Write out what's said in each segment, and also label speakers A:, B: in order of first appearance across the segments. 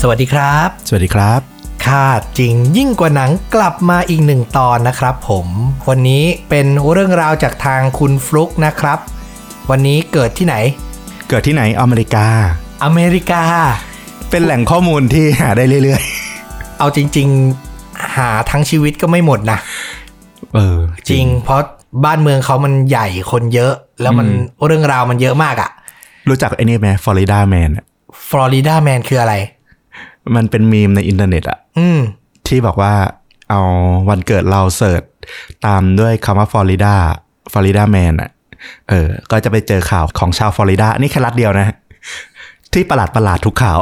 A: สวัสดีครับ
B: สวัสดีครับ
A: ค่ะจริงยิ่งกว่าหนังกลับมาอีกหนึ่งตอนนะครับผม วันนี้เป็นเรื่องราวจากทางคุณฟลุกนะครับ วันนี้เกิดที่ไหน
B: เกิดที่ไหนอเมริกา
A: อเมริกา
B: เป็นแหล่งข้อมูลที่หาได้เรื่อย
A: เอาจริง ๆ หาทั้งชีวิตก็ไม่หมดนะ
B: ๆ เออ
A: จริง เพราะบ้านเมืองเขามันใหญ่คนเยอะ แล้วมัน
B: อืม
A: เรื่องราวมันเยอะมากอะ
B: รู้จักไอ้นี่ไหมฟลอริดาแมน
A: ฟลอริดาแมนคืออะไร
B: มันเป็นมีมในอินเทอร์เน็ตอะ
A: อืม
B: ที่บอกว่าเอาวันเกิดเราเสิร์ชตามด้วยคำว่าฟลอริดาฟลอริดาแมนอะเออ ก็จะไปเจอข่าวของชาวฟลอริดา นี่แค่รัฐเดียวนะ ที่ประหลาดประหลาดๆทุกข่าว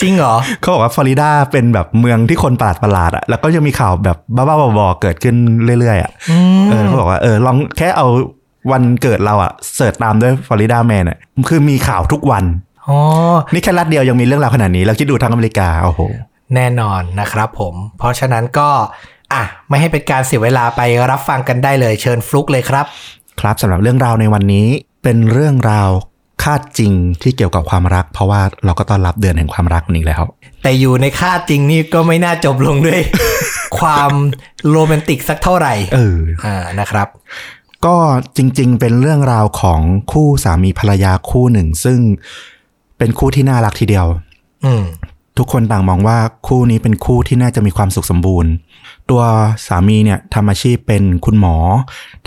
A: จริงเหรอ
B: เขาบอกว่าฟลอริดาเป็นแบบเมืองที่คนประหลาดประหลาดๆอะแล้วก็ยังมีข่าวแบบบ้าๆบอๆเกิดขึ้นเรื่อยๆอะ
A: อืม
B: เออเขาบอกว่าเออลองแค่เอาวันเกิดเราอะเสิร์ชตามด้วยฟลอริดาแมนอะคือมีข่าวทุกวัน
A: อ๋อ
B: นี่แค่รัฐเดียวยังมีเรื่องราวขนาดนี้เราคิดดูทั้งอเมริกาโอ้โห
A: แน่นอนนะครับผม เพราะฉะนั้นก็ อ่ะ ไม่ให้เป็นการเสียเวลาไปรับฟังกันได้เลยเชิญฟลุกเลยครับ
B: ครับสำหรับเรื่องราวในวันนี้ เป็นเรื่องราวคาดจริงที่เกี่ยวกับความรัก เพราะว่าเราก็ต้อนรับเดือนแห่งความรักนี้แล้ว
A: แต่อยู่ในค่าจริงนี่ก็ไม่น่าจบลงด้วย ความโรแมนติกสักเท่าไหร่
B: เออ
A: อ่านะครับ
B: ก็จริงๆ เป็นเรื่องราวของคู่สามีภรรยาคู่หนึ่ง ซึ่งเป็นคู่ที่น่ารักทีเดียว
A: อืม
B: ทุกคนต่างมองว่าคู่นี้เป็นคู่ที่น่าจะมีความสุขสมบูรณ์ ตัวสามีเนี่ยทำอาชีพเป็นคุณหมอ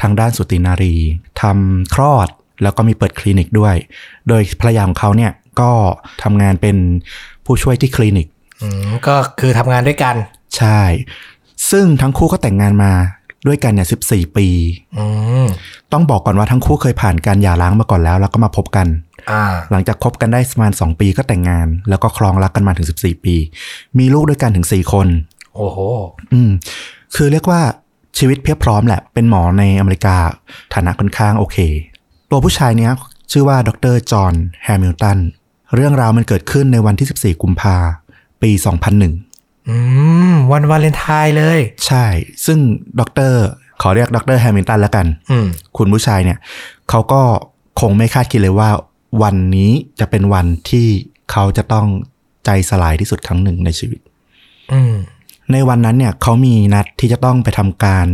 B: ทางด้านสุตินารีทำคลอดแล้วก็มีเปิดคลินิกด้วย โดยภรรยาของเขาเนี่ยก็ทำงานเป็นผู้ช่วยที่คลินิก
A: อืม ก็คือทำงานด้วยกัน
B: ใช่ ซึ่งทั้งคู่ก็แต่งงานมาด้วยกันเนี่ย14 ปี
A: อืม
B: ต้องบอกก่อนว่าทั้งคู่เคยผ่านการหย่าร้างมาก่อนแล้ว แล้วก็มาพบกัน
A: อ่า
B: หลังจากคบกันได้ประมาณ2ปีก็แต่งงาน แล้วก็ครองรักกันมาถึง 14 ปี มีลูกด้วยกันถึง 4 คน
A: โอ้โห
B: อืมคือเรียกว่าชีวิตเพียบพร้อมแหละ เป็นหมอในอเมริกา ฐานะค่อนข้างโอเค ตัวผู้ชายเนี้ยชื่อว่าดรจอห์นแฮมิลตัน เรื่องราวมันเกิดขึ้นในวันที่ 14 กุมภาปี 2001
A: อืม วันวาเลนไทน์เลย
B: ใช่ ซึ่งดร ขอเรียกดรแฮมิลตันแล้วกัน
A: อืม
B: คุณผู้ชายเนี่ยเขาก็คงไม่คาดคิดเลยว่า วันนี้จะเป็นวันที่เขาจะต้องใจสลายที่สุดครั้งหนึ่งในชีวิต
A: อืม
B: ในวันนั้นเนี่ยเขามีนัดที่จะต้องไปทำการ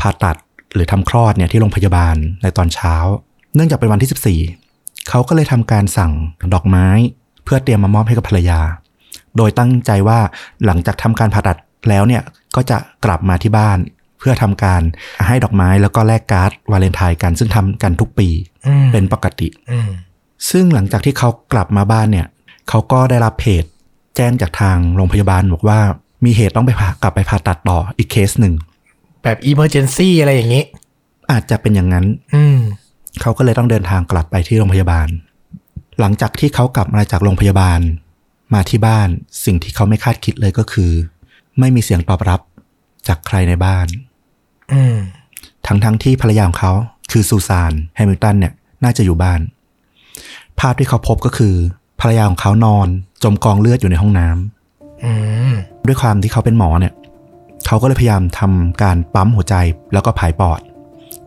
B: ผ่าตัดหรือทำคลอดเนี่ยที่โรงพยาบาลในตอนเช้า เนื่องจากเป็นวันที่ 14 เขาก็เลยทำการสั่งดอกไม้ เพื่อเตรียมมามอบให้กับภรรยา โดยตั้งใจว่าหลังจากทำการผ่าตัดแล้วเนี่ยก็จะกลับมาที่บ้าน เพื่อทำการให้ดอกไม้แล้วก็แลกการ์ดวาเลนไทน์กัน ซึ่งทำกันทุกปี
A: อืม
B: เป็นปกติ
A: อืม
B: ซึ่งหลังจากที่เขากลับมาบ้านเนี่ยเขาก็ได้รับเพจแจ้งจากทางโรงพยาบาลบอกว่ามีเหตุต้องไปผ่ากลับไปผ่าตัดต่ออีกเคสหนึ่ง
A: แบบอิมเมอร์เจนซี่อะไรอย่างนี้
B: อาจจะเป็นอย่างนั้น
A: อืม
B: เขาก็เลยต้องเดินทางกลับไปที่โรงพยาบาล หลังจากที่เขากลับมาจากโรงพยาบาล มาที่บ้านสิ่งที่เขาไม่คาดคิดเลยก็คือ ไม่มีเสียงตอบรับจากใครในบ้าน
A: อืม
B: ทั้งทั้งที่ภรรยาของเขาคือซูซานแฮมิลตันเนี่ยน่าจะอยู่บ้าน ภาพที่เขาพบก็คือ ภรรยาของเขานอน จมกองเลือดอยู่ในห้องน้ำ
A: อืม
B: ด้วยความที่เขาเป็นหมอเนี่ยเขาก็เลยพยายามทำการปั๊มหัวใจแล้วก็ผายปอด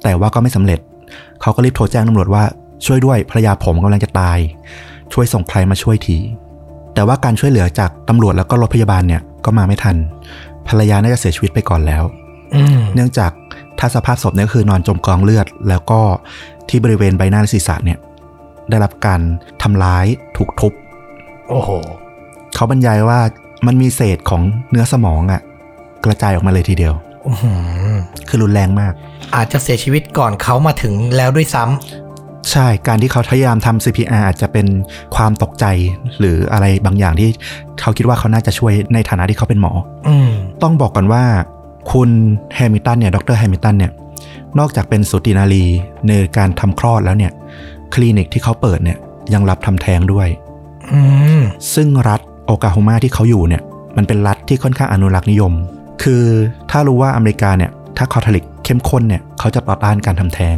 B: แต่ว่าก็ไม่สำเร็จ เขาก็รีบโทรแจ้งตำรวจว่าช่วยด้วยภรรยาผมกำลังจะตาย ช่วยส่งใครมาช่วยทีแต่ว่าการช่วยเหลือจากตำรวจแล้วก็รถพยาบาลเนี่ยก็มาไม่ทัน ภรรยาน่าจะเสียชีวิตไปก่อนแล้ว
A: อืม
B: เนื่องจากถ้าสภาพศพเนี่ยก็คือนอนจมกองเลือด แล้วก็ที่บริเวณใบหน้าและศีรษะเนี่ยได้รับการทำร้ายถูกทุบ
A: โอ้โห
B: เขาบรรยายว่ามันมีเศษของเนื้อสมองอะกระจายออกมาเลยทีเดียว
A: อื้อหือ
B: คือรุนแรงมาก
A: อาจจะเสียชีวิตก่อนเขามาถึงแล้วด้วยซ้ำ
B: ใช่การที่เขาพยายามทำ CPR อาจจะเป็นความตกใจหรืออะไรบางอย่างที่เขาคิดว่าเขาน่าจะช่วยในฐานะที่เขาเป็นหมอ
A: อืม
B: ต้องบอกก่อนว่า คุณแฮมิลตันเนี่ยดรแฮมิลตันเนี่ยนอกจากเป็นสุตินารีในการทำคลอดแล้วเนี่ยคลินิกที่เขาเปิดเนี่ยยังรับทำแท้งด้วย
A: อืม
B: ซึ่งรัฐโอกลาโฮมาที่เขาอยู่เนี่ยมันเป็นรัฐที่ค่อนข้างอนุรักษ์นิยม คือถ้ารู้ว่าอเมริกาเนี่ยถ้าคาทอลิกเข้มข้นเนี่ยเขาจะต่อต้านการทำแท้ง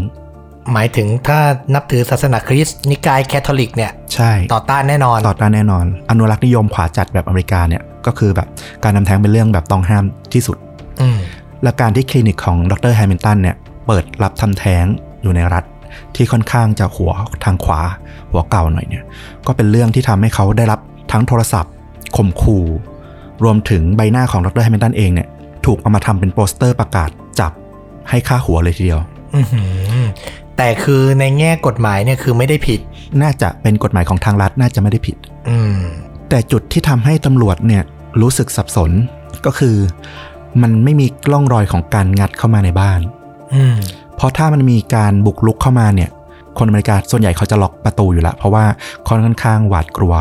A: หมายถึงถ้านับถือศาสนาคริสต์นิกายแคทอลิกเนี่ย
B: ใช่
A: ต่อต้านแน่นอน
B: ต่อต้านแน่นอน อนุรักษ์นิยมขวาจัดแบบอเมริกาเนี่ยก็คือแบบการทำแท้งเป็นเรื่องแบบต้องห้ามที่สุด
A: อืม
B: และการที่คลินิกของดรแฮมิลตันเนี่ยเปิดรับทำแท้งอยู่ในรัฐ ที่ค่อนข้างจะหัวทางขวาหัวเก่าหน่อยเนี่ยก็เป็นเรื่องที่ทำให้เขาได้รับทั้งโทรศัพท์ ข่มขู่ รวมถึงใบหน้าของดรแฮมิลตันเองเนี่ยถูกเอามาทำเป็นโปสเตอร์ประกาศจับให้ค่าหัวเลยทีเดียว
A: อื้อหือแต่คือในแง่กฎหมายเนี่ยคือไม่ได้ผิด
B: น่าจะเป็นกฎหมายของทางรัฐน่าจะไม่ได้ผิด
A: อืม
B: แต่จุดที่ทำให้ตำรวจเนี่ยรู้สึกสับสนก็คือ มันไม่มีร่องรอยของการงัดเข้ามาในบ้าน
A: อืม
B: เพราะถ้ามันมีการบุกลุกเข้ามาเนี่ย คนอเมริกาส่วนใหญ่เขาจะล็อกประตูอยู่ละเพราะว่าค่อนข้างหวาดกลัว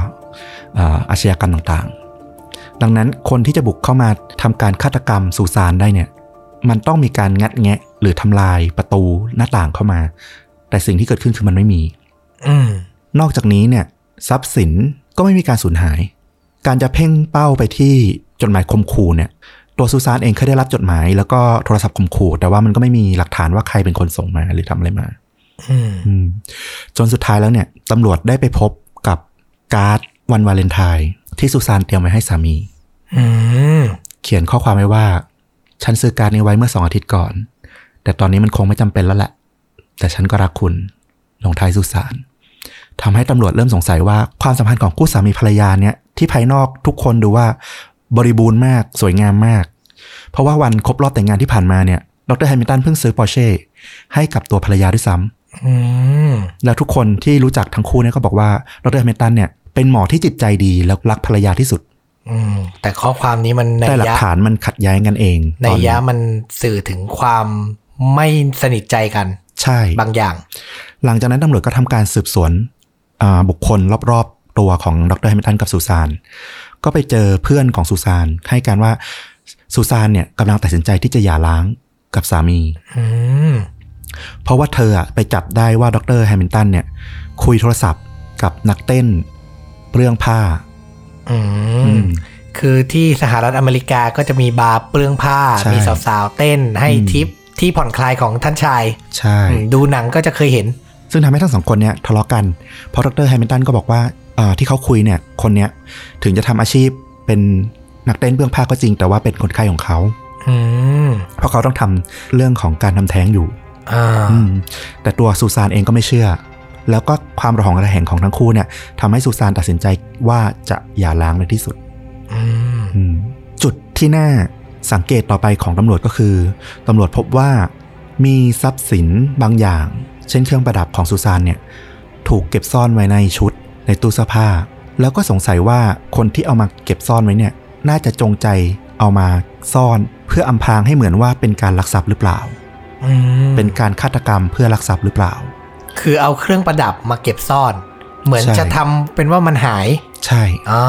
B: เอ่ออาชญากรรมต่างๆ ดังนั้นคนที่จะบุกเข้ามาทำการฆาตกรรมสู่สารได้เนี่ย มันต้องมีการงัดแงะหรือทำลายประตูหน้าต่างเข้ามา แต่สิ่งที่เกิดขึ้นคือมันไม่มี
A: อืม
B: นอกจากนี้เนี่ยทรัพย์สินก็ไม่มีการสูญหาย การจะเพ่งเป้าไปที่จดหมายข่มขู่เนี่ย ตัวซูซานเองเคยได้รับจดหมายแล้วก็โทรศัพท์ข่มขู่ แต่ว่ามันก็ไม่มีหลักฐานว่าใครเป็นคนส่งมาหรือทำอะไรมา
A: อืม
B: อืมจนสุดท้ายแล้วเนี่ยตำรวจได้ไปพบกับการ์ดวันวาเลนไทน์ที่ซูซานเตรียมไว้ให้สามี
A: อืม
B: เขียนข้อความไว้ว่า ฉันซื้อการ์ดนี้ไว้เมื่อสองอาทิตย์ก่อน แต่ตอนนี้มันคงไม่จำเป็นแล้วแหละ แต่ฉันก็รักคุณลงท้ายสุสานทำให้ตำรวจเริ่มสงสัยว่าความสัมพันธ์ของคู่สามีภรรยาเนี่ยที่ภายนอกทุกคนดูว่าบริบูรณ์มากสวยงามมาก เพราะว่าวันครบรอบแต่งงานที่ผ่านมาเนี่ยดรแฮมิลตันเพิ่งซื้อปอร์เช่ให้กับตัวภรรยาด้วยซ้ำ
A: อืม
B: แล้วทุกคนที่รู้จักทั้งคู่เนี่ยก็บอกว่าดรแฮมิลตันเนี่ยเป็นหมอที่จิตใจดีแล้วรักภรรยาที่สุด
A: อืม แต่ข้อความนี้มันใน
B: แต่หลั
A: ยะ
B: กฐานมันขัดแย้งกันเอง
A: ใน
B: ตอน
A: ยะมันสื่อถึงความไม่สนิทใจกัน
B: ใช่
A: บางอย่าง
B: หลังจากนั้นตำรวจก็ทำการสืบสวนอ่าบุคคลรอบๆตัวของดรแฮมิลตันกับซูซาน ก็ไปเจอเพื่อนของซูซานให้การว่าซูซานเนี่ยกำลังตัดสินใจที่จะหย่าร้างกับสามี
A: อืม
B: เพราะว่าเธออะไปจับได้ว่าดรแฮมิลตันเนี่ยคุยโทรศัพท์กับนักเต้นเปลืองผ้า
A: อืม คือที่สหรัฐอเมริกาก็จะมีบาร์เปลืองผ้า
B: ใช่
A: มีสาวๆ เต้นให้
B: อืม
A: ทิปที่ผ่อนคลายของท่านชาย
B: ใช่
A: อืมดูหนังก็จะเคยเห็น
B: ซึ่งทำให้ทั้งสองคนเนี่ยทะเลาะกัน เพราะดรแฮมิลตันก็บอกว่าเอ่อที่เขาคุยเนี่ยคนเนี้ยถึงจะทำอาชีพเป็นนักเต้นเบื้องผ้าก็จริง แต่ว่าเป็นคนไข้ของเขา
A: อืม
B: เพราะเขาต้องทำเรื่องของการทำแท้งอยู่
A: อ่า
B: อืมแต่ตัวซูซานเองก็ไม่เชื่อ แล้วก็ความระหองระแหงของทั้งคู่เนี่ยทำให้ซูซานตัดสินใจว่าจะหย่าร้างในที่สุด
A: อืม
B: อืมจุดที่น่าสังเกตต่อไปของตำรวจก็คือตำรวจพบว่ามีทรัพย์สินบางอย่าง เช่นเครื่องประดับของซูซานเนี่ยถูกเก็บซ่อนไว้ในชุดในตู้เสื้อผ้า แล้วก็สงสัยว่าคนที่เอามาเก็บซ่อนไว้เนี่ยน่าจะจงใจเอามาซ่อน เพื่ออำพรางให้เหมือนว่าเป็นการลักทรัพย์หรือเปล่า
A: อืม
B: เป็นการฆาตกรรมเพื่อลักทรัพย์หรือเปล่า
A: คือเอาเครื่องประดับมาเก็บซ่อน เหมือน
B: ใช่
A: จะทำเป็นว่ามันหาย
B: ใช่
A: อ่า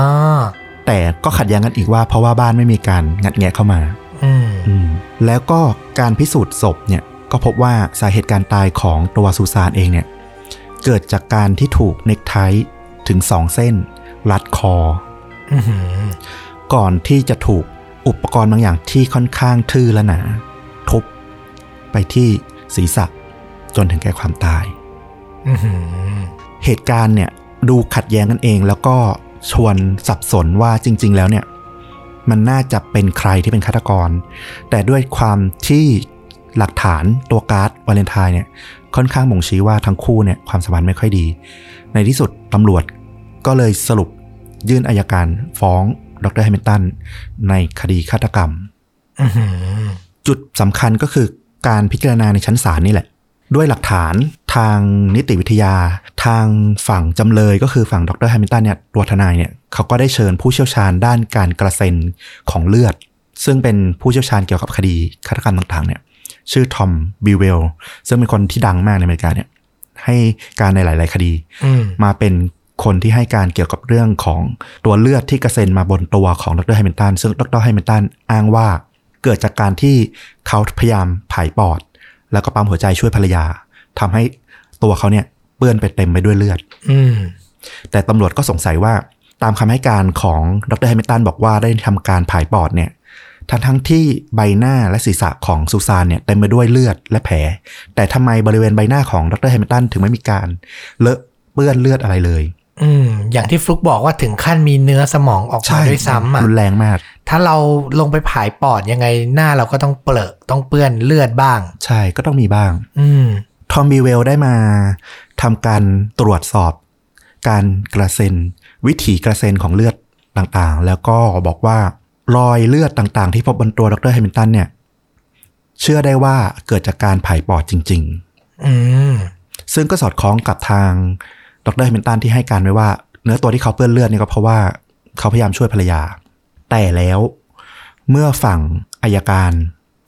B: แต่ก็ขัดแย้งกันอีกว่าเพราะว่าบ้านไม่มีการงัดแงะเข้ามา
A: อืม
B: แล้วก็การพิสูจน์ศพเนี่ยก็พบว่าสาเหตุการตายของตัวซูซานเองเนี่ยเกิดจากการที่ถูกเน็กไทถึง 2 เส้น รัดคอ
A: อือหือ
B: ก่อนที่จะถูกอุปกรณ์บางอย่างที่ค่อนข้างทื่อและหนา ทุบไปที่ศีรษะจนถึงแก่ความตาย
A: อือหือ
B: เหตุการณ์เนี่ยดูขัดแย้งกันเอง แล้วก็ชวนสับสนว่าจริง ๆ แล้วเนี่ยมันน่าจะเป็นใครที่เป็นฆาตกร แต่ด้วยความที่หลักฐานตัวการ์ดวาเลนไทน์เนี่ยค่อนข้างบ่งชี้ว่าทั้งคู่เนี่ยความสัมพันธ์ไม่ค่อยดี ในที่สุดตำรวจก็เลยสรุปยื่นอายการฟ้องดรแฮมิลตันในคดีฆาตกรรม
A: อือหือ
B: จุดสำคัญก็คือการพิจารณาในชั้นศาลนี่แหละ ด้วยหลักฐานทางนิติวิทยา ทางฝั่งจำเลยก็คือฝั่งดรแฮมิลตันเนี่ยตัวทนายเนี่ยเขาก็ได้เชิญผู้เชี่ยวชาญด้านการกระเซ็นของเลือด ซึ่งเป็นผู้เชี่ยวชาญเกี่ยวกับคดีฆาตกรรมต่างๆเนี่ยชื่อทอมบิเวลซึ่งเป็นคนที่ดังมากในอเมริกาเนี่ยให้การในหลาย ๆ คดี
A: อืม
B: มาเป็นคนที่ให้การเกี่ยวกับเรื่องของตัวเลือดที่กระเซ็นมาบนตัวของดรไฮมิลตันซึ่งดรไฮมิลตันอ้างว่าเกิดจากการที่เขาพยายามผายปอด แล้วก็ปั๊มหัวใจช่วยภรรยาทำให้ตัวเขาเนี่ยเปื้อนไปเต็มไปด้วยเลือด
A: อืม
B: แต่ตำรวจก็สงสัยว่าตามคำให้การของดรแฮมิลตันบอกว่าได้ทำการผายปอดเนี่ยทั้งทั้งๆที่ใบหน้าและศีรษะของซูซานเนี่ยเต็มไปด้วยเลือดและแผล แต่ทำไมบริเวณใบหน้าของดรแฮมิลตันถึงไม่มีการเลอะเปื้อนเลือดอะไรเลย
A: อืมอย่างที่ฟลุกบอกว่าถึงขั้นมีเนื้อสมองออกมาด้วยซ้ำอ่ะ
B: รุนแรงมาก
A: ถ้าเราลงไปผายปอดยังไงหน้าเราก็ต้องเปลอะต้องเปื้อนเลือดบ้าง
B: ใช่ก็ต้องมีบ้าง
A: อืม
B: ทอมบีเวลได้มาทำการตรวจสอบ การกระเซ็น วิถีกระเซ็นของเลือด ต่างๆ แล้วก็บอกว่ารอยเลือดต่างๆ ที่พบบนตัวดรแฮมิลตันเนี่ย เชื่อได้ว่าเกิดจากการผ่ายปอดจริง
A: อืม
B: ๆ ซึ่งก็สอดคล้องกับทางดรแฮมิลตันที่ให้การไว้ว่า เนื้อตัวที่เขาเปื้อนเลือดเนี่ยก็เพราะว่าเขาพยายามช่วยภรรยา แต่แล้ว เมื่อฝั่งอายการ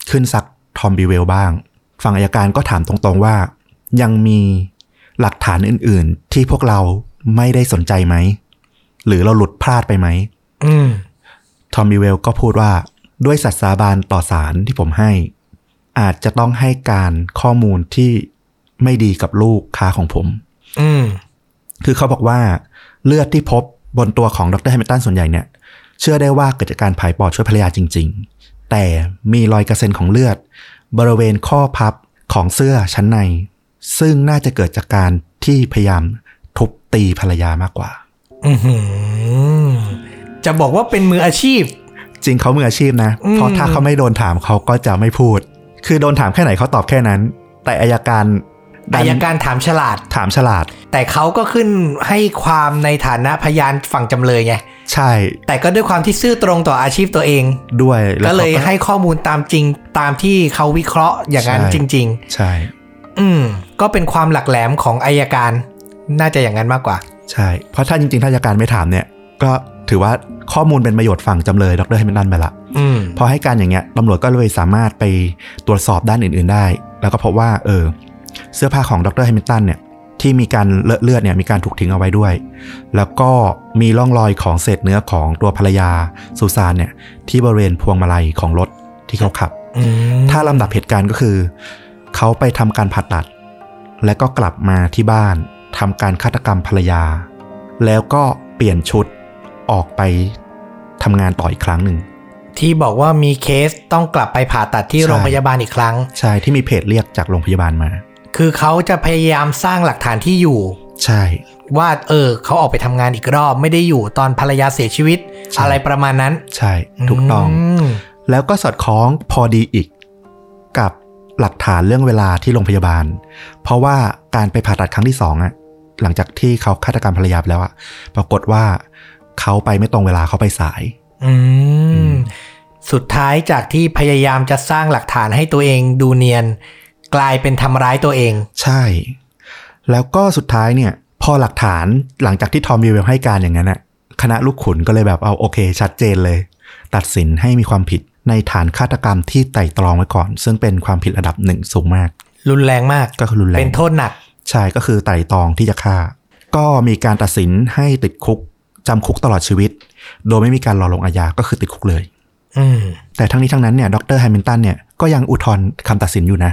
B: ขึ้นซักทอมบีเวลบ้าง ฝั่งอายการก็ถามตรงๆว่า ยังมีหลักฐานอื่นๆ ที่พวกเราไม่ได้สนใจไหม หรือเราหลุดพลาดไปไหม
A: อืม
B: ทอมบีเวลก็พูดว่าด้วยสัตย์สาบานต่อสารที่ผมให้ อาจจะต้องให้การข้อมูลที่ไม่ดีกับลูกค้าของผม
A: อืม
B: คือเขาบอกว่าเลือดที่พบบนตัวของดรแฮมิลตันส่วนใหญ่เนี่ย เชื่อได้ว่าเกิดจากการผายปอดช่วยภรรยาจริง ๆ แต่มีรอยกระเซ็นของเลือด บริเวณข้อพับของเสื้อชั้นใน ซึ่งน่าจะเกิดจากการที่พยายามทุบตีภรรยามากกว่า
A: อือหือจะบอกว่าเป็นมืออาชีพ
B: จริงเขามืออาชีพนะ
A: อืม
B: เพราะถ้าเขาไม่โดนถามเขาก็จะไม่พูด คือโดนถามแค่ไหนเขาตอบแค่นั้น แต่อายการดัน
A: อายการถามฉลาด
B: ถามฉลาด
A: แต่เขาก็ขึ้นให้ความในฐานะพยานฝั่งจำเลยไง
B: ใช่
A: แต่ก็ด้วยความที่ซื่อตรงต่ออาชีพตัวเอง
B: ด้วยแว
A: ก็
B: ขา
A: เลยให้ข้อมูลตามจริงตามที่เขาวิเคราะห์อย่างนั้น
B: ใช่
A: จริง
B: ใช่
A: ๆ อืม ก็เป็นความหลักแหลมของอายการ น่าจะอย่างนั้นมากกว่า
B: ใช่ เพราะถ้าจริงๆ ถ้าอายการไม่ถามเนี่ย ก็ถือว่าข้อมูลเป็นประโยชน์ฝั่งจำเลยดรเฮมิลตันไปละ
A: อืม
B: พอให้การอย่างเงี้ยตำรวจก็เลยสามารถไปตรวจสอบด้านอื่นๆได้ แล้วก็พบว่า เออ เสื้อผ้าของดรแฮมิลตันเนี่ย ที่มีการเลอะเลือดเนี่ยมีการถูกทิ้งเอาไว้ด้วย แล้วก็มีร่องรอยของเศษเนื้อของตัวภรรยาซูซานเนี่ยที่บริเวณพวงมาลัยของรถที่เขาขับ
A: อืม
B: ถ้าลำดับเหตุการณ์ก็คือ เขาไปทำการผ่าตัด แล้วก็กลับมาที่บ้านทำการฆาตกรรมภรรยา แล้วก็เปลี่ยนชุดออกไปทำงานต่ออีกครั้งหนึ่ง
A: ที่บอกว่ามีเคสต้องกลับไปผ่าตัดที่
B: ใช่
A: โรงพยาบาลอีกครั้ง
B: ใช่ที่มีเพจเรียกจากโรงพยาบาลมา
A: คือเขาจะพยายามสร้างหลักฐานที่อยู่
B: ใช่
A: ว่าเออเขาออกไปทำงานอีกรอบไม่ได้อยู่ตอนภรรยาเสียชีวิต
B: ใช่
A: อะไรประมาณนั้น
B: ใช่ ถูกต้อง
A: ม
B: แล้วก็สอดคล้องพอดีอีก กับหลักฐานเรื่องเวลาที่โรงพยาบาล เพราะว่าการไปผ่าตัดครั้งที่สองอะหลังจากที่เขาฆาตกรรมภรรยาไปแล้วอะปรากฏว่าเขาไปไม่ตรงเวลาเขาไปสาย
A: อื
B: อื
A: ม
B: ม
A: สุดท้ายจากที่พยายามจะสร้างหลักฐานให้ตัวเองดูเนียน กลายเป็นทำร้ายตัวเอง
B: ใช่ แล้วก็สุดท้ายเนี่ย พอหลักฐานหลังจากที่ทอมวิวเวลให้การอย่างนั้นอะคณะลูกขุนก็เลยแบบเอาโอเค ชัดเจนเลย ตัดสินให้มีความผิดในฐานฆาตกรรมที่ไตร่ตรองไว้ก่อน ซึ่งเป็นความผิดระดับหนึ่งสูงมาก
A: รุนแรงมาก
B: ก็คือรุนแร
A: เป็
B: ง
A: นโทษหนัก
B: ใช่ก็คือไตร่ตรองที่จะฆ่า ก็มีการตัดสินให้ติดคุกจำคุกตลอดชีวิต โดยไม่มีการรอลงอาญาก็คือติดคุกเลย
A: อืม
B: แต่ทั้งนี้ทั้งนั้นเนี่ยดรแฮมิลตันเนี่ยก็ยังอุทธรณ์คำตัดสินอยู่นะ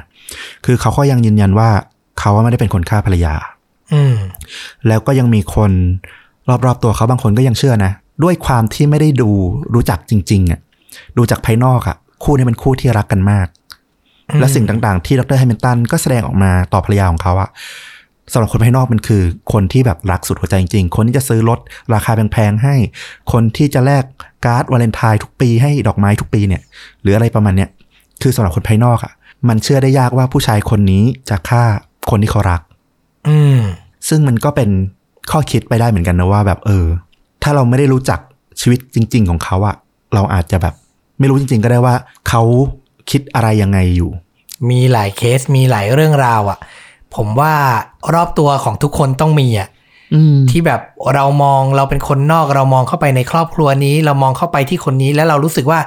B: คือเขาก็ยังยืนยันว่าเขาว่าไม่ได้เป็นคนฆ่าภรรยา
A: อืม
B: แล้วก็ยังมีคนรอบๆตัวเขาบางคนก็ยังเชื่อนะ ด้วยความที่ไม่ได้ดูรู้จักจริงๆอ่ะดูจากภายนอกอ่ะ คู่นี้เป็นคู่ที่รักกันมาก
A: อืม
B: และสิ่งต่างๆ ที่ดรแฮมิลตันก็แสดงออกมาต่อภรรยาของเขาอ่ะสำหรับคนภายนอกมันคือคนที่แบบรักสุดหัวใจจริงๆ คนที่จะซื้อรถราคาแพงๆให้ คนที่จะแลกการ์ดวาเลนไทน์ทุกปีให้ดอกไม้ทุกปีเนี่ย หรืออะไรประมาณเนี้ยคือสำหรับคนภายนอกอ่ะ มันเชื่อได้ยากว่าผู้ชายคนนี้จะฆ่าคนที่เขารัก
A: อืม
B: ซึ่งมันก็เป็นข้อคิดไปได้เหมือนกันนะว่าแบบเออ ถ้าเราไม่ได้รู้จักชีวิตจริง ๆ ของเขาอะเราอาจจะแบบไม่รู้จริง ๆ ก็ได้ว่าเขาคิดอะไรยังไงอยู่
A: มีหลายเคสมีหลายเรื่องราวอะ่ะ ผมว่ารอบตัวของทุกคนต้องมีอ่ะ
B: อืม
A: ที่แบบเรามองเราเป็นคนนอกเรามองเข้าไปในครอบครัวนี้ เรามองเข้าไปที่คนนี้แล้วเรารู้สึกว่า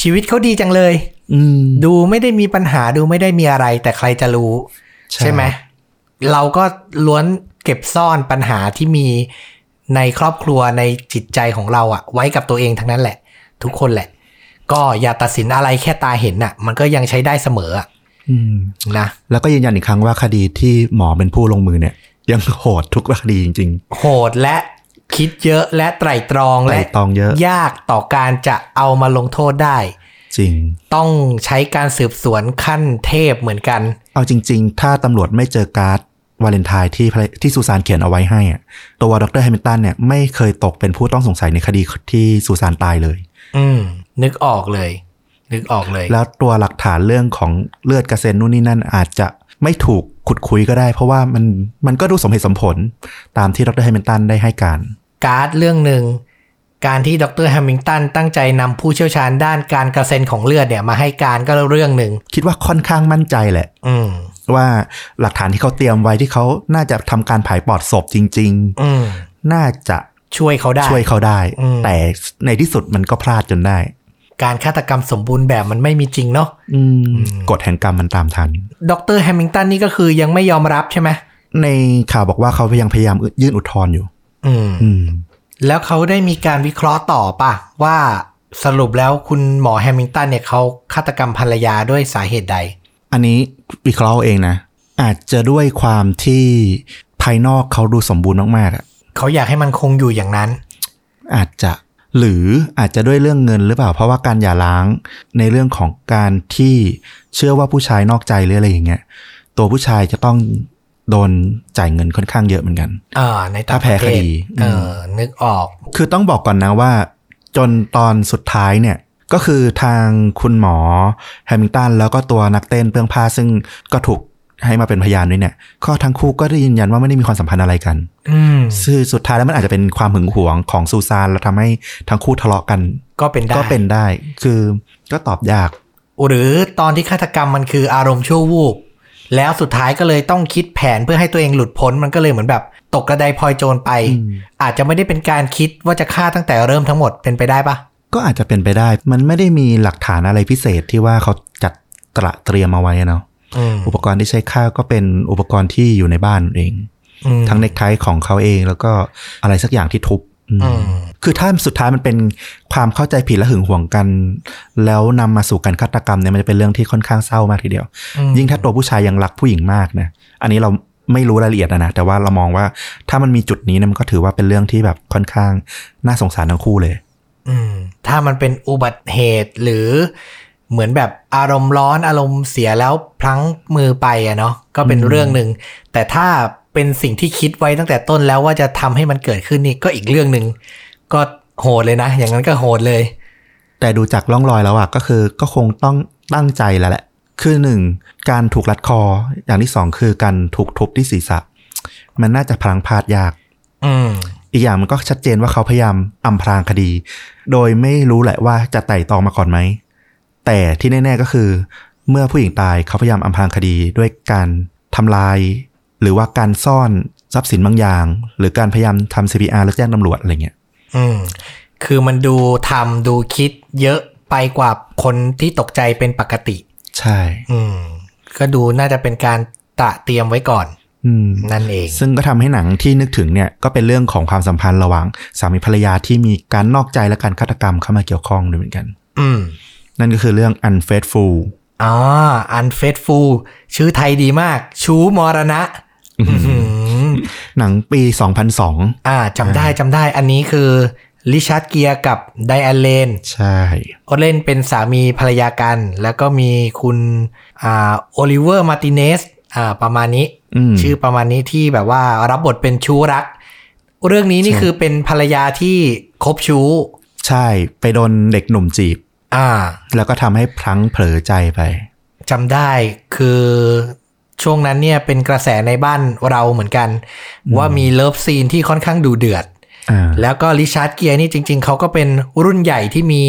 A: ชีวิตเขาดีจังเลย
B: อืม
A: ดูไม่ได้มีปัญหาดูไม่ได้มีอะไร แต่ใครจะรู้
B: ใช่
A: ใช่ไหมเราก็ล้วนเก็บซ่อนปัญหาที่มีในครอบครัวในจิตใจของเราอะไว้กับตัวเองทั้งนั้นแหละ ทุกคนแหละ ก็อย่าตัดสินอะไรแค่ตาเห็นน่ะ มันก็ยังใช้ได้เสมออะ
B: อืม
A: นะ
B: แล้วก็ยืนยันอีกครั้งว่าคดีที่หมอเป็นผู้ลงมือเนี่ย ยังโหดทุกคดีจริง
A: โหดและคิดเยอะและไตร่ตรองและ
B: ไตร่ตรองเยอะ
A: ยากต่อการจะเอามาลงโทษได้
B: ๆ จริง
A: ต้องใช้การสืบสวนขั้นเทพเหมือนกัน
B: เอาจริง ๆ ถ้าตำรวจไม่เจอการ์ดวาเลนไทน์ที่ภรรที่ซูซานเขียนเอาไว้ให้อะตัวดรแฮมิลตันเนี่ยไม่เคยตกเป็นผู้ต้องสงสัยในคดีที่ซูซานตายเลย
A: อืม นึกออกเลย นึกออกเลย
B: แล้วตัวหลักฐานเรื่องของเลือดกระเซ็นนู่นนี่นั่นอาจจะไม่ถูกขุดคุยก็ได้ เพราะว่ามันมันก็ดูสมเหตุสมผล ตามที่ดรไฮมิลตันได้ให้การ
A: การ์ดเรื่องหนึ่ง การที่ดรแฮมิงตันตั้งใจนำผู้เชี่ยวชาญด้านการกระเซ็นของเลือดเนี่ยมาให้การก็เรื่องหนึ่ง
B: คิดว่าค่อนข้างมั่นใจแหละ
A: อืม
B: ว่าหลักฐานที่เขาเตรียมไว้ที่เขาน่าจะทำการผายปอดศพจริง
A: อืม
B: ๆ น่าจะ
A: ช่วยเขาได้
B: ช่วยเขาได้
A: อืม
B: แต่ในที่สุดมันก็พลาดจนได้
A: การฆาตกรรมสมบูรณ์แบบมันไม่มีจริงเนาะ
B: อืมกฎแห่งกรรมมันตามทัน
A: ดรแฮมิงตันนี่ก็คือยังไม่ยอมรับใช่ไหม
B: ในข่าวบอกว่าเขายังพยายามยื่นอุทธรณ์อยู่
A: อืม
B: อืม
A: แล้วเขาได้มีการวิเคราะห์ต่อป่ะ ว่าสรุปแล้วคุณหมอแฮมิงตันเนี่ยเขาฆาตกรรมภรรยาด้วยสาเหตุใด
B: อันนี้วิเคราะห์เอาเองนะ อาจจะด้วยความที่ภายนอกเขาดูสมบูรณ์มากๆอะ
A: เขาอยากให้มันคงอยู่อย่างนั้น
B: อาจจะหรืออาจจะด้วยเรื่องเงินหรือเปล่า เพราะว่าการหย่าร้างในเรื่องของการที่เชื่อว่าผู้ชายนอกใจหรืออะไรอย่างเงี้ยตัวผู้ชายจะต้องโดนจ่ายเงินค่อนข้างเยอะเหมือนกัน
A: เออในต่างประ
B: ถ้าแพ้
A: เท
B: ค
A: ศ
B: ดีอืม
A: เออ นึกออก
B: คือต้องบอกก่อนนะว่า จนตอนสุดท้ายเนี่ย ก็คือทางคุณหมอแฮมิงตันแล้วก็ตัวนักเต้นเปลืองผ้าซึ่งก็ถูกให้มาเป็นพยานด้วยเนี่ย ก็ทั้งคู่ก็ได้ยืนยันว่าไม่ได้มีความสัมพันธ์อะไรกัน
A: อืม
B: ซึ่งสุดท้ายแล้วมันอาจจะเป็นความหึงหวงของซูซานแล้วทำให้ทั้งคู่ทะเลาะกัน
A: ก็เป็นได้
B: ก็เป็นได้ คือก็ตอบยาก
A: หรือตอนที่ฆาตกรรมมันคืออารมณ์ชั่ววูบแล้วสุดท้ายก็เลยต้องคิดแผนเพื่อให้ตัวเองหลุดพ้นมันก็เลยเหมือนแบบ ตกกระไดพลอยโจรไป
B: อืม
A: อาจจะไม่ได้เป็นการคิดว่าจะฆ่าตั้งแต่เริ่มทั้งหมดเป็นไปได้ปะ
B: ก็อาจจะเป็นไปได้ มันไม่ได้มีหลักฐานอะไรพิเศษที่ว่าเขาจัดตระเตรียมเอาไว้อะเนาะ
A: อืม
B: อุปกรณ์ที่ใช้ฆ่าก็เป็นอุปกรณ์ที่อยู่ในบ้านเอง
A: อืม
B: ทั้งเนคไทของเขาเองแล้วก็อะไรสักอย่างที่ทุบอืม
A: อืม
B: คือถ้าสุดท้ายมันเป็นความเข้าใจผิดและหึงหวงกัน แล้วนำมาสู่การฆาตกรรมเนี่ยมันจะเป็นเรื่องที่ค่อนข้างเศร้ามากทีเดียว
A: อืม
B: ยิ่งถ้าตัวผู้ชายยังรักผู้หญิงมากนะอันนี้เราไม่รู้รายละเอียดนะนะแต่ว่าเรามองว่าถ้ามันมีจุดนี้เนี่ยมันก็ถือว่าเป็นเรื่องที่แบบค่อนข้างน่าสงสารทั้งคู่เลย
A: อืมถ้ามันเป็นอุบัติเหตุหรือเหมือนแบบอารมณ์ร้อนอารมณ์เสียแล้วพลั้งมือไปอะเนาะก็เป็นเรื่องหนึ่ง แต่ถ้าเป็นสิ่งที่คิดไว้ตั้งแต่ต้นแล้วว่าจะทำให้มันเกิดขึ้นนี่ก็อีกเรื่องหนึ่งก็โหดเลยนะ อย่างนั้นก็โหดเลย
B: แต่ดูจากร่องรอยแล้วอะก็คือก็คงต้องตั้งใจแล้วแหละ คือหนึ่งการถูกรัดคออย่างที่สองคือการถูกทุบที่ศีรษะ มันน่าจะพลังพลาดยาก
A: อืม
B: อีกอย่างมันก็ชัดเจนว่าเขาพยายามอำพรางคดี โดยไม่รู้แหละว่าจะไต่ตองมาก่อนไหม แต่ที่แน่ๆก็คือ เมื่อผู้หญิงตายเขาพยายามอำพรางคดีด้วยการทำลาย หรือว่าการซ่อนทรัพย์สินบางอย่าง หรือการพยายามทำ CPR แล้วแจ้งตำรวจอะไรเงี้ย
A: อืม คือมันดูทำดูคิดเยอะไปกว่าคนที่ตกใจเป็นปกติ
B: ใช่
A: อืม ก็ดูน่าจะเป็นการตระเตรียมไว้ก่อน
B: อืม
A: นั่นเอง
B: ซึ่งก็ทำให้หนังที่นึกถึงเนี่ยก็เป็นเรื่องของความสัมพันธ์ระหว่าง สามีภรรยาที่มีการนอกใจและการฆาตกรรมเข้ามาเกี่ยวข้องด้วยเหมือนกัน
A: อืม
B: นั่นก็คือเรื่อง unfaithful
A: อ๋อ unfaithful ชื่อไทยดีมาก ชูมรณะ อื้อหือ
B: หนังปี 2002
A: อ่าจำได้จำได้ อันนี้คือลิชาร์ดเกียร์กับไดแอนเลน
B: ใช่
A: โอเลนเป็นสามีภรรยากัน แล้วก็มีคุณอ่าโอลิเวอร์มาติเนสอ่าประมาณนี้
B: อืม
A: ชื่อประมาณนี้ที่แบบว่ารับบทเป็นชู้รัก เรื่องนี้นี่คือเป็นภรรยาที่คบชู้
B: ใช่ไปโดนเด็กหนุ่มจีบ
A: อ่า
B: แล้วก็ทำให้พลั้งเผลอใจไป
A: จำได้คือช่วงนั้นเนี่ยเป็นกระแสในบ้านเราเหมือนกัน ว่ามีเลิฟซีนที่ค่อนข้างดูเดือด
B: อ่า
A: แล้วก็ริชาร์ดเกียร์นี่จริง ๆ เขาก็เป็นรุ่นใหญ่ที่มี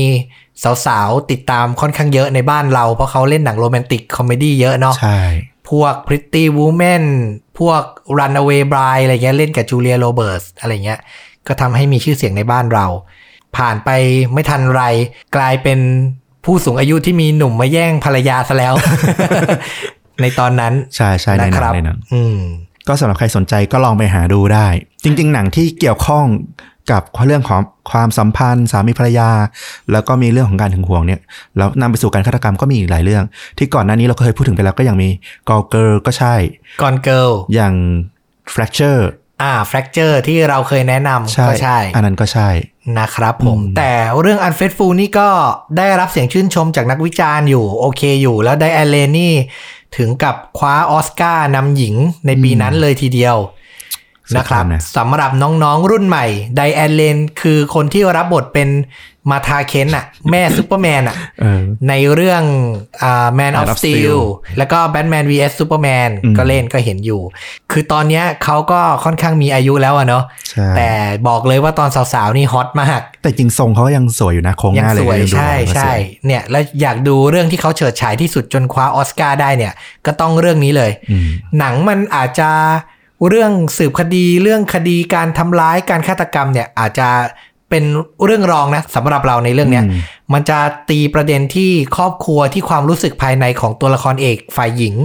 A: สาวๆ ติดตามค่อนข้างเยอะในบ้านเรา เพราะเขาเล่นหนังโรแมนติกคอมเมดี้เยอะเนาะ
B: ใช่
A: พวก Pretty Woman พวก Runaway Bride อะไรเงี้ยเล่นกับจูเลียโรเบิร์ตอะไรเงี้ย ก็ทำให้มีชื่อเสียงในบ้านเรา ผ่านไปไม่ทันไร กลายเป็นผู้สูงอายุที่มีหนุ่มมาแย่งภรรยาซะแล้ว ในตอนนั้น
B: ใช่ใช่ใน
A: นะค
B: หนัง
A: รับ
B: ในหนัง
A: อืม
B: ก็สำหรับใครสนใจก็ลองไปหาดูได้ จริง ๆ หนังที่เกี่ยวข้องกับเรื่องของความสัมพันธ์ สามีภรรยา แล้วก็มีเรื่องของการหึงหวงเนี่ยแล้วนำไปสู่การฆาตกรรมก็มีอีกหลายเรื่อง ที่ก่อนหน้านี้เราเคยพูดถึงไปแล้วก็อย่างมีกอเกอร์ก็ใช่
A: ก่อนเกิล
B: อย่าง fracture
A: อ่า fracture ที่เราเคยแนะนำ
B: ใช่
A: ก็ใช่
B: อันนั้นก็ใช่
A: นะครับผม แต่เรื่อง Unfaithful นี่ก็ได้รับเสียงชื่นชมจากนักวิจารณ์อยู่ โอเคอยู่ แล้วไดแอนเลนนี่ ถึงกับคว้าออสการ์นำหญิงในปีนั้นเลยทีเดียว นะครับ
B: สำคัญนะ
A: สำหรับน้องๆ รุ่นใหม่ไดแอนเลนคือคนที่รับบทเป็นมาทาเคนอะแม่ซูเปอร์แมนอะ
B: เออ
A: ในเรื่องอ่า Man
B: Man
A: of
B: of
A: Steel
B: Steel
A: แล้วก็ Batman vs Superman
B: อืม
A: ก็เล่นก็เห็นอยู่ คือตอนเนี้ยเขาก็ค่อนข้างมีอายุแล้วอะเนาะ
B: ใช่
A: แต่บอกเลยว่าตอนสาวๆ นี่ฮอตมาก
B: แต่จริงทรงเขาก็ยังสวยอยู่นะโครงห
A: ยัง
B: น้าเล
A: ส
B: ย
A: วย
B: ยังดู
A: ใช่
B: ออกมาสวย
A: ใช่เนี่ยแล้วอยากดูเรื่องที่เขาเฉิดฉายที่สุดจนคว้าออสการ์ได้เนี่ย ก็ต้องเรื่องนี้เลย
B: อืม
A: หนังมันอาจจะเรื่องสืบคดีเรื่องคดีการทำร้ายการฆาตกรรมเนี่ยอาจจะเป็นเรื่องรองนะสำหรับเราในเรื่องเนี้ย
B: อืม
A: มันจะตีประเด็นที่ครอบครัวที่ความรู้สึกภายในของตัวละครเอกฝ่ายหญิง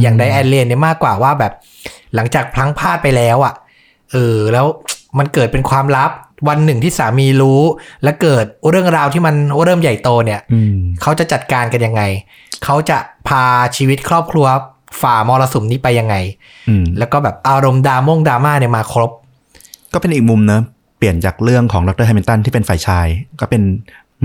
A: อย่างไดแอนเลนเนี่ยมากกว่าว่าแบบ หลังจากพลั้งพลาดไปแล้วอะ่ะเออแล้วมันเกิดเป็นความลับวันหนึ่งที่สามีรู้ และเกิดเรื่องราวที่มันเริ่มใหญ่โตเนี่ย
B: อืม
A: เขาจะจัดการกันยังไง เขาจะพาชีวิตครอบครัวฝ่ามรสุมนี้ไปยังไง
B: อืม
A: แล้วก็แบบอารมณ์ดราม่งดราม่าเนี่ยมาครบ
B: ก็เป็นอีกมุมเนอะเปลี่ยนจากเรื่องของดรแฮมิลตันที่เป็นฝ่ายชาย ก็เป็น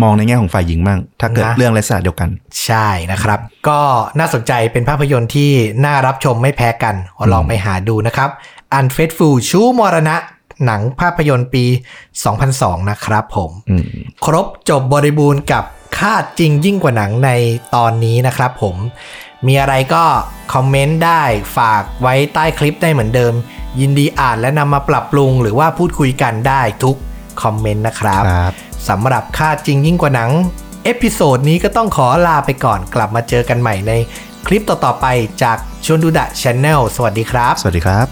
B: มองในแง่ของฝ่ายหญิงบ้างถ้าเกิด
A: นะ
B: เรื่องลักษณะเดียวกัน
A: ใช่นะครับ ก็น่าสนใจเป็นภาพยนตร์ที่น่ารับชมไม่แพ้กัน ลองไปหาดูนะครับ Unfaithful ชู้มรณะ หนังภาพยนตร์ปี 2002 นะครับผม
B: อืม
A: ครบจบบริบูรณ์กับคาดจริงยิ่งกว่าหนังในตอนนี้นะครับผม มีอะไรก็คอมเมนต์ได้ฝากไว้ใต้คลิปได้เหมือนเดิม ยินดีอ่านและนำมาปรับปรุงหรือว่าพูดคุยกันได้ทุกคอมเมนต์นะครับ
B: ครับ
A: สำหรับคาดจริงยิ่งกว่าหนัง เอพิโซดนี้ก็ต้องขอลาไปก่อนกลับมาเจอกันใหม่ในคลิปต่อๆไปจากชวนดูดะช n แนลสวัสดีครับ
B: สวัสดีครับ